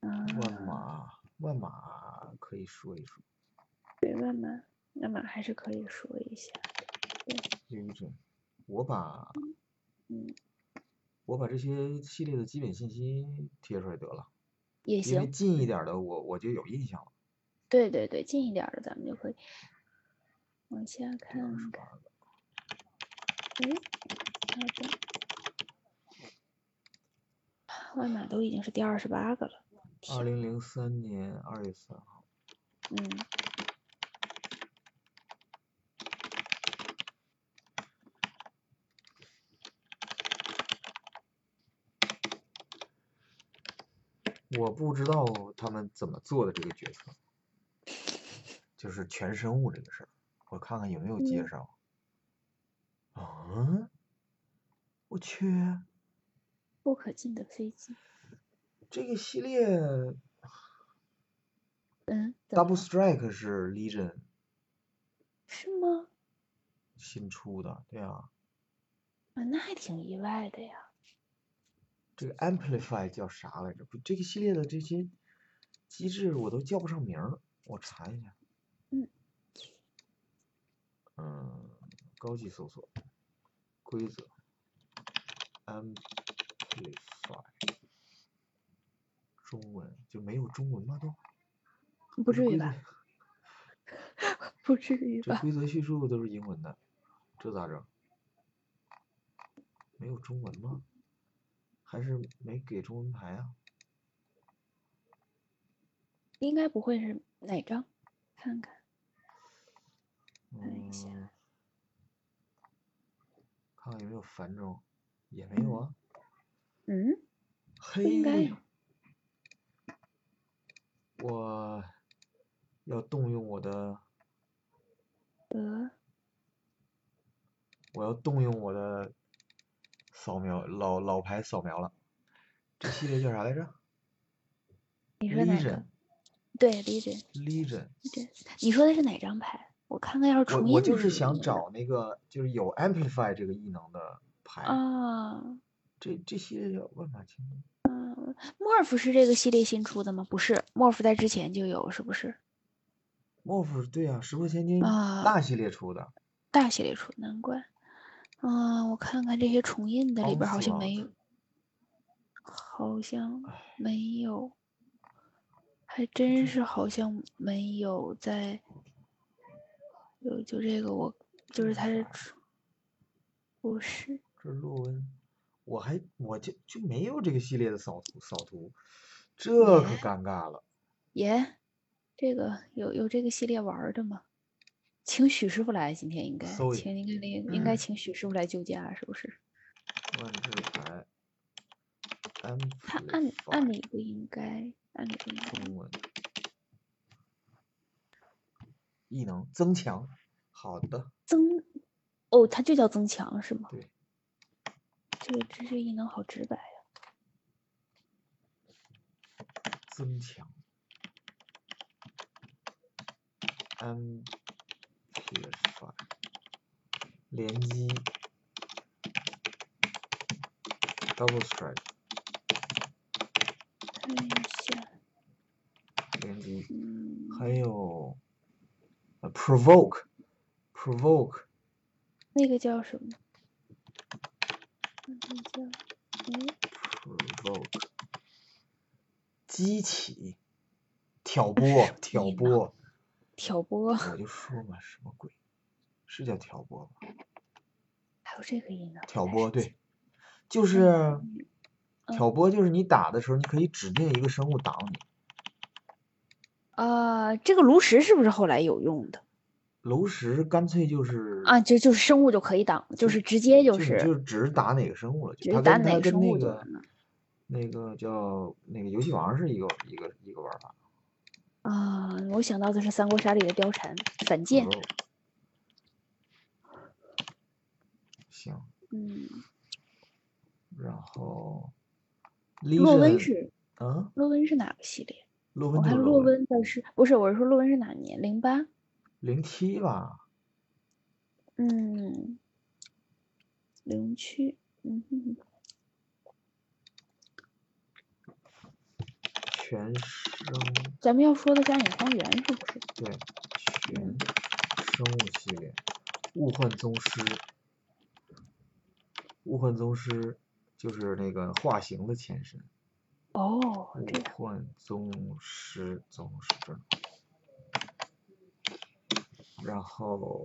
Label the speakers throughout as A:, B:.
A: 万
B: 啊，
A: 马，万马可以说一说，
B: 对，万马，万马还是可以说一下。对，
A: 有一种，我把
B: 嗯，
A: 我把这些系列的基本信息贴出来得了，
B: 也
A: 因为
B: 行。
A: 近一点儿的我我就有印象了。
B: 对对对，近一点儿的咱们就可以往下
A: 第二十
B: 看看。
A: 八个，
B: 哎，好的，万马都已经是第二十八个了。
A: 二
B: 天，
A: 零零三年二月三号，
B: 嗯，
A: 我不知道他们怎么做的这个决策，就是全生物这个事儿，我看看有没有介
B: 嗯，
A: 绍。啊，我去，
B: 不可进的飞机。
A: 这个系列
B: 嗯，怎么
A: Double
B: 了？
A: Strike 是 Legion
B: 是吗？
A: 新出的，对啊，
B: 啊，那还挺意外的呀。
A: 这个 Amplify 叫啥来着？不，这个系列的这些机制我都叫不上名儿，我查一下。
B: 嗯，
A: 嗯，高级搜索规则 Amplify 中文就没有中文吗？都
B: 不
A: 这
B: 至于
A: 规则
B: 吧？ 不至于
A: 这
B: 吧？
A: 规则叙述都是英文的，这咋整？没有中文吗？还是没给中文牌啊？
B: 应该不会是哪张？看看，看一下。
A: 嗯，看看有没有繁中，也没有
B: 嗯
A: 啊。
B: 嗯，不应该
A: 嘿，
B: 有。
A: 我要动用我的，
B: 呃，
A: 我要动用我的扫描老老牌扫描了。这系列叫啥来着
B: 你说哪个？
A: ？Legion，Legion。
B: 对，Legion，
A: Legion
B: 对，你说的是哪张牌？我看看，要是
A: 我
B: 重
A: 我
B: 印
A: 就
B: 是
A: 是
B: 不是
A: 想
B: 能的？
A: 找那个就是有 amplify 这个异能的牌，
B: 啊，
A: 这这系列叫万马青龙，
B: 莫尔夫是这个系列新出的吗？不是，莫尔夫在之前就有，是不是？
A: 莫夫对啊，石破千金
B: 啊，
A: 大系列出的，
B: 大系列出，难怪。啊，我看看这些重印的里边儿好像没
A: onslaught，
B: 有，好像
A: 哎，
B: 没有，还真
A: 这
B: 是好像没有在。有就这个我
A: 这
B: 就是
A: 是
B: 它
A: 啥
B: 是
A: 呀？
B: 出不是
A: 这是洛温，我还我就就没有这个系列的扫图扫图，这可
B: 耶
A: 尴尬了。
B: 耶，这个有有这个系列玩儿的吗？请许师傅来，今天应该，
A: 搜一下，嗯
B: 请应该应应该请许师傅来救驾，是不是？
A: 万智牌
B: 他按按
A: amplify
B: 理不应该，按理不应该。
A: 中文异能增强，好的，
B: 增，哦，它就叫增强是吗？
A: 对，
B: 这个知识异能好直白呀、
A: 增强 amplify 联机 double strike
B: 看一下，
A: 联机，还
B: 嗯，
A: 有。呃，provoke provoke
B: 那个叫什么？那个叫，哎，
A: provoke 激起挑
B: 那是什
A: 拨
B: 么
A: 挑
B: 异能？
A: 拨，
B: 挑拨，
A: 我就说嘛，什么鬼？是叫挑拨吗？
B: 还有这个异能，
A: 挑
B: 太神
A: 拨
B: 奇
A: 对，就
B: 了。嗯
A: 是
B: 嗯
A: 挑拨，就是你打的时候，你可以指定一个生物挡你。
B: 啊，这个炉石是不是后来有用的
A: 炉石干脆就是
B: 啊？就就是生物就可以挡，就
A: 就是
B: 直接就
A: 就你
B: 是
A: 就是只打哪个生物了，就
B: 直接
A: 它
B: 打
A: 跟
B: 哪
A: 它
B: 个
A: 跟
B: 生
A: 那
B: 物就完
A: 个
B: 了
A: 那个叫那个游戏王是一个一个一个玩法。
B: 啊。我想到的是三国杀里的貂蝉反剑，
A: provoke 行，
B: 嗯，
A: 然后
B: 嗯洛温
A: Legion
B: 是
A: 啊，
B: 洛温是哪个系列？
A: 洛
B: 我
A: 温就
B: 看
A: 是洛
B: 洛
A: 温，
B: 温的是不是？我是说洛温是哪年？零八？
A: 零七吧，
B: 嗯，零七，嗯哼哼，
A: 全生
B: 咱们要说的是《暗影荒原》，是不是？
A: 对全生物系列，物换宗师，物换宗师就是那个化形的前身，
B: 哦，这
A: 物
B: 样，
A: 换宗师宗师这儿，然后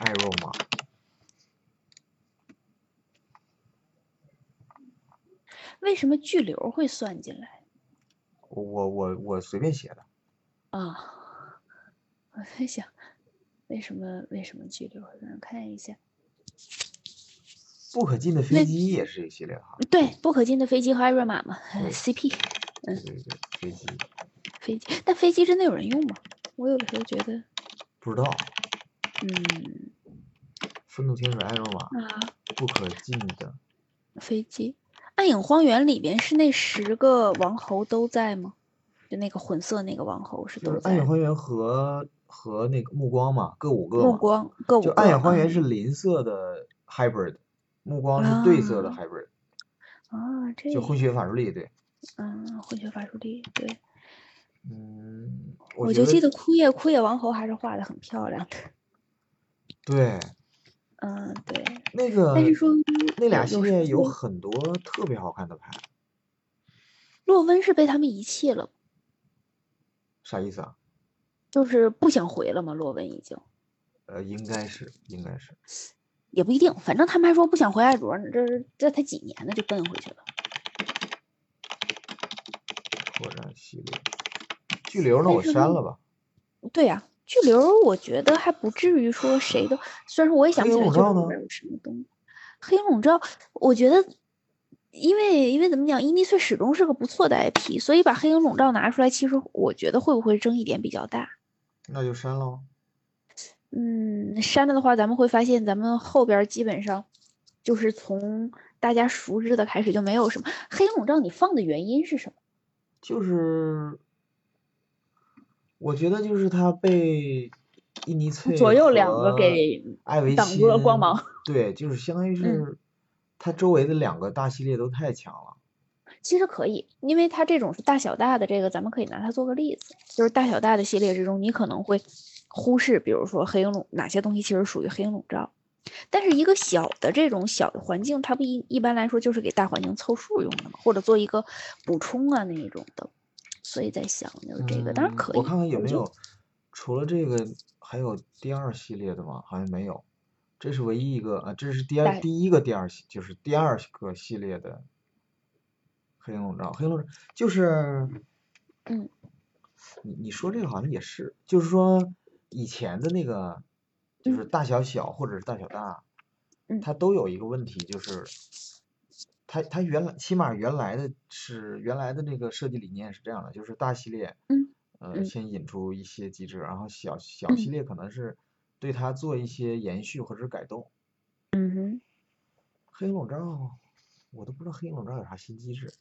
A: 艾若玛。
B: 为什么巨流会算进来
A: 我我我我随便写的，
B: 啊？ 我在想，为什么为什么巨流？让人看一下，
A: 不可进的
B: 那嗯
A: 飞机也是这系列哈。
B: 对，不可进的飞机和艾瑞玛嘛 呃
A: 对
B: ，CP
A: 对
B: 嗯
A: 对对，飞机
B: 飞机，但飞机真的有人用吗？我有的时候觉得，
A: 不知道。
B: 嗯
A: 愤怒天使艾若玛
B: 啊，
A: 不可进的，
B: 飞机，《暗影荒原》里边是那十个王侯都在吗？就那个混色那个王侯是
A: 就
B: 都
A: 是
B: 在
A: 暗影
B: 的
A: 花园和和那个目光嘛，各五个
B: 目
A: 嘛。
B: 光各五
A: 就
B: 个，
A: 暗影花园
B: 嗯
A: 是邻色的 hybrid，目光是对色的
B: 啊
A: hybrid，
B: 啊，这
A: 就混血法术力对。
B: 嗯，混血法术力，对
A: 嗯，
B: 我
A: 觉
B: 就记得枯叶枯叶王侯还是画的很漂亮的，
A: 对
B: 嗯，对，
A: 那个
B: 但是说
A: 呃那俩
B: 有
A: 系
B: 有
A: 列
B: 什
A: 有
B: 么
A: 很多特别好看的牌，
B: 洛温是被他们遗弃了，
A: 啥意思啊？
B: 就是不想回了嘛，洛温已经
A: 呃，应该是应该是。
B: 也不一定，反正他们还说不想回艾卓呢，这是这才几年呢就奔回去了，
A: 拓展系列。巨流那
B: 但
A: 我
B: 是
A: 删
B: 呢
A: 了吧。
B: 对呀、巨流儿我觉得还不至于说谁都，虽然说我也想
A: 黑
B: 不起
A: 影
B: 来巨流
A: 笼罩
B: 儿里
A: 呢
B: 边有什么东西，黑影笼罩，我觉得。因为因为怎么讲，伊尼翠始终是个不错的 IP，所以把黑影笼罩拿出来，其实我觉得会不会争议点比较大。
A: 那就删喽。
B: 嗯，删了的话，咱们会发现咱们后边儿基本上就是从大家熟知的开始就没有什么黑笼罩。你放的原因是什么？
A: 就是，我觉得就是他被印尼翠
B: 左右两个
A: 和
B: 给
A: 艾维
B: 挡住了光
A: 钦
B: 芒。
A: 对，就是相当于
B: 嗯
A: 是他周围的两个大系列都太强了。
B: 其实可以，因为它这种是大小大的这个，咱们可以拿它做个例子，就是大小大的系列之中，你可能会忽视，比如说黑影笼哪些东西其实属于黑影笼罩，但是一个小的这种小的环境，它不一一般来说就是给大环境凑数用的嘛，或者做一个补充啊那一种的，所以在想就是这个，当然
A: 嗯
B: 可以，
A: 我看看有
B: 我
A: 没
B: 觉得
A: 有除了这个还有第二系列的吗？好像没有。这是唯一一个啊，这是第二
B: 大
A: 第一个第二系，就是第二个系列的黑龙笼罩。黑龙罩就是
B: 嗯，
A: 你你说这个好像也是，就是说以前的那个，就是
B: 嗯
A: 大小小或者是大小大，
B: 嗯
A: 它都有一个问题，就是它它原来起码原来的是原来的那个设计理念是这样的，就是大系列，
B: 嗯
A: 呃，
B: 嗯
A: 先引出一些机制，然后小小系
B: 嗯
A: 列可能是对它做一些延续或者是改动。
B: 嗯哼，
A: 黑龙罩，我都不知道黑龙罩有啥新机制，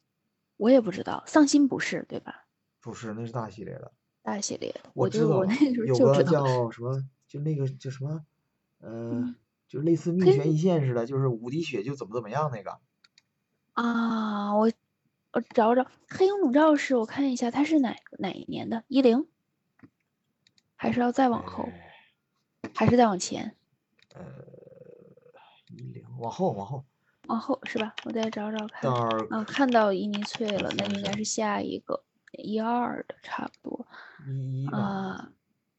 B: 我也不知道，丧心不是对吧？
A: 不是，那是大系列的。
B: 大系列的，
A: 我
B: 我
A: 知
B: 就
A: 道
B: 我那
A: 了，
B: 时候
A: 有
B: 就
A: 个
B: 知道，
A: 叫什么，就那个叫什么，呃，
B: 嗯，
A: 就类似命
B: 黑
A: 悬一线似的，就是五滴血就怎么怎么样那个。
B: 啊，我我找找黑鹰笼罩是，我看一下它是哪哪一年的？一零，还是要再往后，
A: 哎，
B: 还是再往前？
A: 呃，一零往后往后，
B: 往后是吧？我再找找看。
A: Dark
B: 啊，看到伊尼翠
A: 我
B: 了，那
A: 看一
B: 应该
A: 下，
B: 是下一个一二的差不多
A: 一一吧，
B: 啊，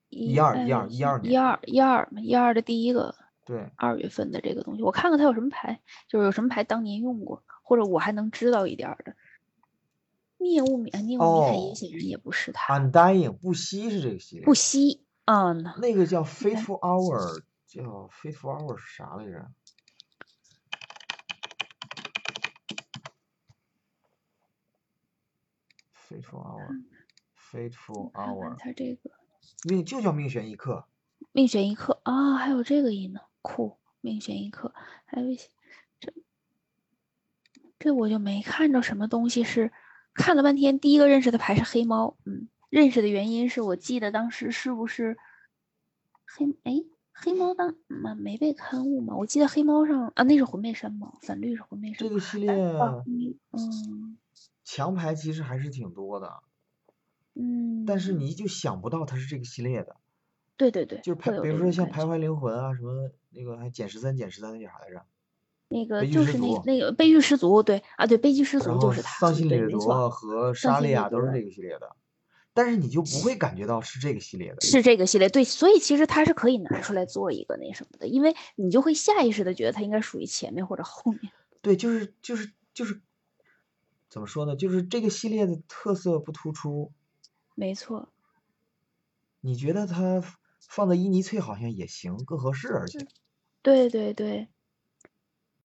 A: 一
B: 一
A: 二
B: 哎
A: 一二一二
B: 一
A: 年，
B: 二一二嘛，一二的第一个
A: 对，
B: 二月份的这个东西，我看看它有什么牌，就是有什么牌当年用过，或者我还能知道一点儿的。灭雾米啊，灭雾米凯因
A: 哦
B: 显然也不是它。
A: ，Undying 不息是这个系列
B: 不
A: 的，
B: 惜，嗯，
A: 那个叫
B: 对
A: Faithful Hour，叫 Faithful Hour 是啥来着？Faithful Hour，Faithful
B: 我看看
A: Hour，
B: 啊它这个
A: 命就叫命悬一刻。
B: 命悬一刻啊，还有这个音呢，酷，命悬一刻，还有一些这这我就没看着什么东西是，看了半天，第一个认识的牌是黑猫，嗯，认识的原因是我记得当时是不是黑，哎，黑猫当没没被刊物吗？我记得黑猫上啊，那是魂媚山猫，粉绿是魂媚山
A: 这
B: 猫。
A: 个系
B: 哎
A: 列
B: 哦你嗯
A: 强牌其实还是挺多的，
B: 嗯，
A: 但是你就想不到它是这个系列的，
B: 对对对，
A: 就是
B: 会
A: 徘，
B: 有
A: 比
B: 这
A: 如说
B: 种
A: 像《
B: 感觉
A: 徘徊灵魂》啊，什么那个还减十三减十三那叫啥来着？
B: 那个
A: 悲剧
B: 就
A: 十
B: 是那
A: 足
B: 那个悲剧十足，对啊，对悲剧十
A: 然
B: 足
A: 后
B: 就是它，
A: 丧心啊
B: 对，
A: 掠
B: 没
A: 夺
B: 错，
A: 和
B: 丧
A: 莎
B: 心
A: 莉
B: 掠
A: 亚都是
B: 夺
A: 这个系列的，但是你就不会感觉到是这个系列的。
B: 是这个系列，对，所以其实它是可以拿出来做一个那什么的，因为你就会下意识的觉得它应该属于前面或者后面。
A: 对，就是就是就是，怎么说呢？就是这个系列的特色不突出，
B: 没错，
A: 你觉得它放在伊尼翠好像也行，更合适，而且
B: 对对对，